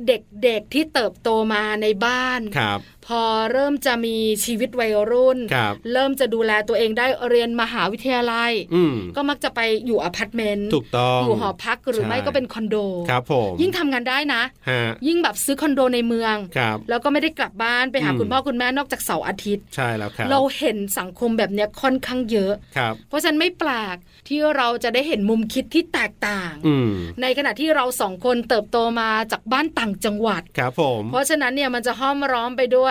Speaker 1: เด็กๆที่เติบโตมาในบ้าน
Speaker 2: ครับ
Speaker 1: พอเริ่มจะมีชีวิตวัยรุ่น
Speaker 2: ครับ
Speaker 1: เริ่มจะดูแลตัวเองได้เรียนมหาวิทยาลัย
Speaker 2: อืม
Speaker 1: ก็มักจะไปอยู่อพาร์ตเมนต์
Speaker 2: ถูกต้อง
Speaker 1: อยู่หอพักหรือ
Speaker 2: ใช่
Speaker 1: ไม่ก็เป็นคอนโด
Speaker 2: ครับผม
Speaker 1: ยิ่งทำงานได้นะ
Speaker 2: ฮะ
Speaker 1: ยิ่งแบบซื้อคอนโดในเมือง
Speaker 2: ครับ
Speaker 1: แล้วก็ไม่ได้กลับบ้านไปหา
Speaker 2: อืม
Speaker 1: คุณพ่อคุณแม่นอกจากเสาร์อาทิตย์
Speaker 2: ใช่แล้วครับ
Speaker 1: เราเห็นสังคมแบบเนี้ยค่อนข้างเยอะ
Speaker 2: ครับ
Speaker 1: เพราะฉะนั้นไม่แปลกที่เราจะได้เห็นมุมคิดที่แตกต่าง
Speaker 2: อืม
Speaker 1: ในขณะที่เราสองคนเติบโตมาจากบ้านต่างจังหวัด
Speaker 2: ครับผม
Speaker 1: เพราะฉะนั้นเนี่ยมันจะห้อมร้อมไปด้วย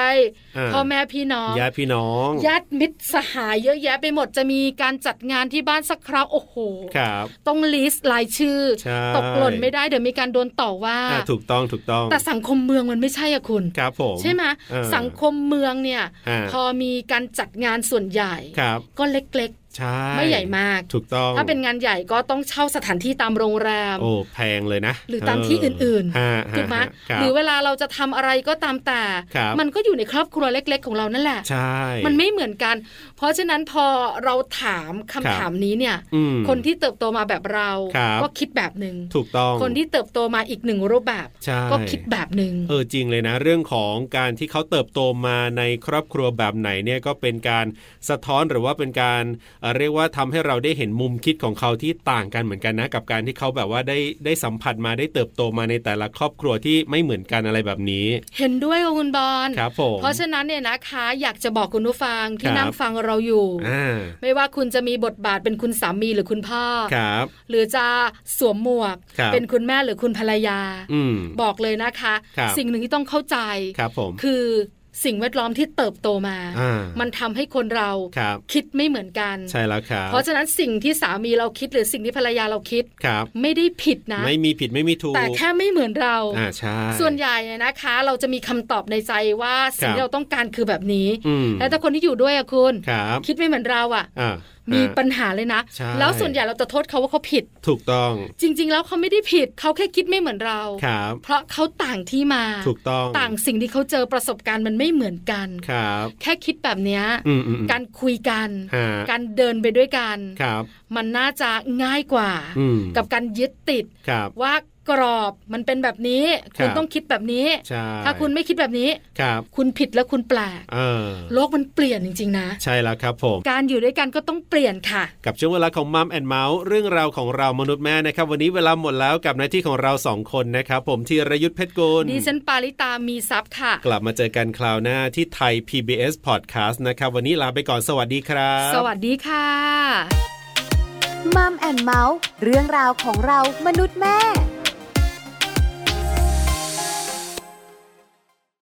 Speaker 2: า
Speaker 1: พ่อแม่พี่น้อง
Speaker 2: ญาติพี่น้อง
Speaker 1: ญาติมิตรสหายเยอะแยะไปหมดจะมีการจัดงานที่บ้านสักครั้งโอ้โห
Speaker 2: ครับ
Speaker 1: ต้องลิสต์รายชื่อ
Speaker 2: ใช่
Speaker 1: ตกหล่นไม่ได้เดี๋ยวมีการโดนต่อว่า
Speaker 2: อ่าถูกต้องถูกต้อง
Speaker 1: แต่สังคมเมืองมันไม่ใช่อะคุณ
Speaker 2: ครับผม
Speaker 1: ใช่ไหม
Speaker 2: เออ
Speaker 1: สังคมเมืองเนี่ย
Speaker 2: อ่า
Speaker 1: พอมีการจัดงานส่วนใหญ่
Speaker 2: ครับ
Speaker 1: ก็เล็ก
Speaker 2: ใช่
Speaker 1: ๆ ไม่ใหญ่มาก
Speaker 2: ถูกต้อง
Speaker 1: ถ้าเป็นงานใหญ่ก็ต้องเช่าสถานที่ตามโรงแรม
Speaker 2: โอ้แพงเลยนะ
Speaker 1: หรือตาม
Speaker 2: เ
Speaker 1: ที่อื่นๆ
Speaker 2: ฮะ
Speaker 1: ถูกไหม
Speaker 2: ฮะคบ
Speaker 1: หรือเวลาเราจะทำอะไรก็ตามแต่
Speaker 2: ครับ
Speaker 1: มันก็อยู่ในครอบครัวเล็ก ๆ ของเรานั่นแหละ
Speaker 2: ใช่
Speaker 1: มันไม่เหมือนกัน เพราะฉะนั้นพอเราถามคำถามนี้เนี่ย
Speaker 2: อืม
Speaker 1: คนที่เติบโตมาแบบเรา
Speaker 2: ครับ
Speaker 1: ก็คิดแบบหนึ่ง
Speaker 2: ถูกต้อง
Speaker 1: คนที่เติบโตมาอีกหนึ่งรูปแบบ
Speaker 2: ใช่
Speaker 1: ก็คิดแบบหนึ่ง
Speaker 2: เออจริงเลยนะ เรื่องของการที่เขาเติบโตมาในครอบครัวแบบไหนเนี่ยก็เป็นการสะท้อนหรือว่าเป็นการเอ่อเรียกว่าทำให้เราได้เห็นมุมคิดของเขาที่ต่างกันเหมือนกันนะ กับการที่เขาแบบว่าได้ได้สัมผัสมาได้เติบโตมาในแต่ละครอบครัวที่ไม่เหมือนกันอะไรแบบนี้
Speaker 1: เห็นด้วยกับคุณบอล
Speaker 2: ครับผม
Speaker 1: เพราะฉะนั้นเนี่ยนะคะอยากจะบอกคุณผู้ฟังที่
Speaker 2: ครับ
Speaker 1: นั่งฟังเราอยู่
Speaker 2: อ่า
Speaker 1: ไม่ว่าคุณจะมีบทบาทเป็นคุณสามีหรือคุณพ่อ
Speaker 2: ครับ
Speaker 1: หรือจะสวมหมวก
Speaker 2: ครับ
Speaker 1: เป็นคุณแม่หรือคุณภรรยา
Speaker 2: อืม
Speaker 1: บอกเลยนะคะ
Speaker 2: ครับ
Speaker 1: สิ่งหนึ่งที่ต้องเข้าใจ
Speaker 2: ครับผม
Speaker 1: คือสิ่งแวดล้อมที่เติบโตมา
Speaker 2: อ่า
Speaker 1: มันทำให้คนเรา
Speaker 2: ครับ
Speaker 1: คิดไม่เหมือนกัน
Speaker 2: ใช่แล้วครับ
Speaker 1: เพราะฉะนั้นสิ่งที่สามีเราคิดหรือสิ่งที่ภรรยาเราคิด
Speaker 2: ครับ
Speaker 1: ไม่ได้ผิดนะ
Speaker 2: ไม่มีผิดไม่มีถูก
Speaker 1: แต่แค่ไม่เหมือนเรา
Speaker 2: อ่าใช่
Speaker 1: ส่วนใหญ่เนี่ยนะคะ เราจะมีคำตอบในใจว่าสิ่งที่เราต้องการคือแบบนี้
Speaker 2: อืม
Speaker 1: แล้วแต่คนที่อยู่ด้วยอะคุณ
Speaker 2: ครับ
Speaker 1: คิดไม่เหมือนเราอะ
Speaker 2: อ่า
Speaker 1: มี
Speaker 2: มี
Speaker 1: ปัญหาเลยนะ
Speaker 2: ใช่
Speaker 1: แล้วส่วนใหญ่เราจะโทษเขาว่าเขาผิด
Speaker 2: ถูกต้อง
Speaker 1: จริง ๆ แล้วเขาไม่ได้ผิด เขาแค่คิดไม่เหมือนเรา
Speaker 2: ครับ
Speaker 1: เพราะเขาต่างที่มา
Speaker 2: ถูกต้อง
Speaker 1: ต่างสิ่งที่เขาเจอประสบการณ์มันไม่เหมือนกัน
Speaker 2: ครับ
Speaker 1: แค่คิดแบบเนี้ย
Speaker 2: อืมอืมอืม
Speaker 1: การคุยกัน
Speaker 2: ฮะ
Speaker 1: การเดินไปด้วยกัน
Speaker 2: ครับ
Speaker 1: มันน่าจะง่ายกว่า
Speaker 2: อืม
Speaker 1: กับการยึดติด
Speaker 2: ครับ
Speaker 1: ว่ากรอบมันเป็นแบบนี้
Speaker 2: ครับ
Speaker 1: คุณต้องคิดแบบนี้
Speaker 2: ใช่
Speaker 1: ถ้าคุณไม่คิดแบบนี้
Speaker 2: ครับ
Speaker 1: คุณผิดและคุณแปลก
Speaker 2: เออ
Speaker 1: โลกมันเปลี่ยนจริง ๆ นะ
Speaker 2: ใช่แล้วครับผม
Speaker 1: การอยู่ด้วยกันก็ต้องเปลี่ยนค่ะ
Speaker 2: กับช่วงเวลาของมัมแอนเมาส์เรื่องราวของเรามนุษย์แม่นะครับ วันนี้เวลาหมดแล้วกับหน้าที่ของเราสองคนนะครับ ผมธีรยุทธเพชรกุล
Speaker 1: ดิฉันปาริตามีซับค่ะ
Speaker 2: กลับมาเจอกันคราวหน้าที่ไทย PBS Podcast นะครับ วันนี้ลาไปก่อนสวัสดีครับ
Speaker 1: สวัสดีค่ะ
Speaker 4: มัมแอนเมาส์เรื่องราวของเรามนุษย์แม่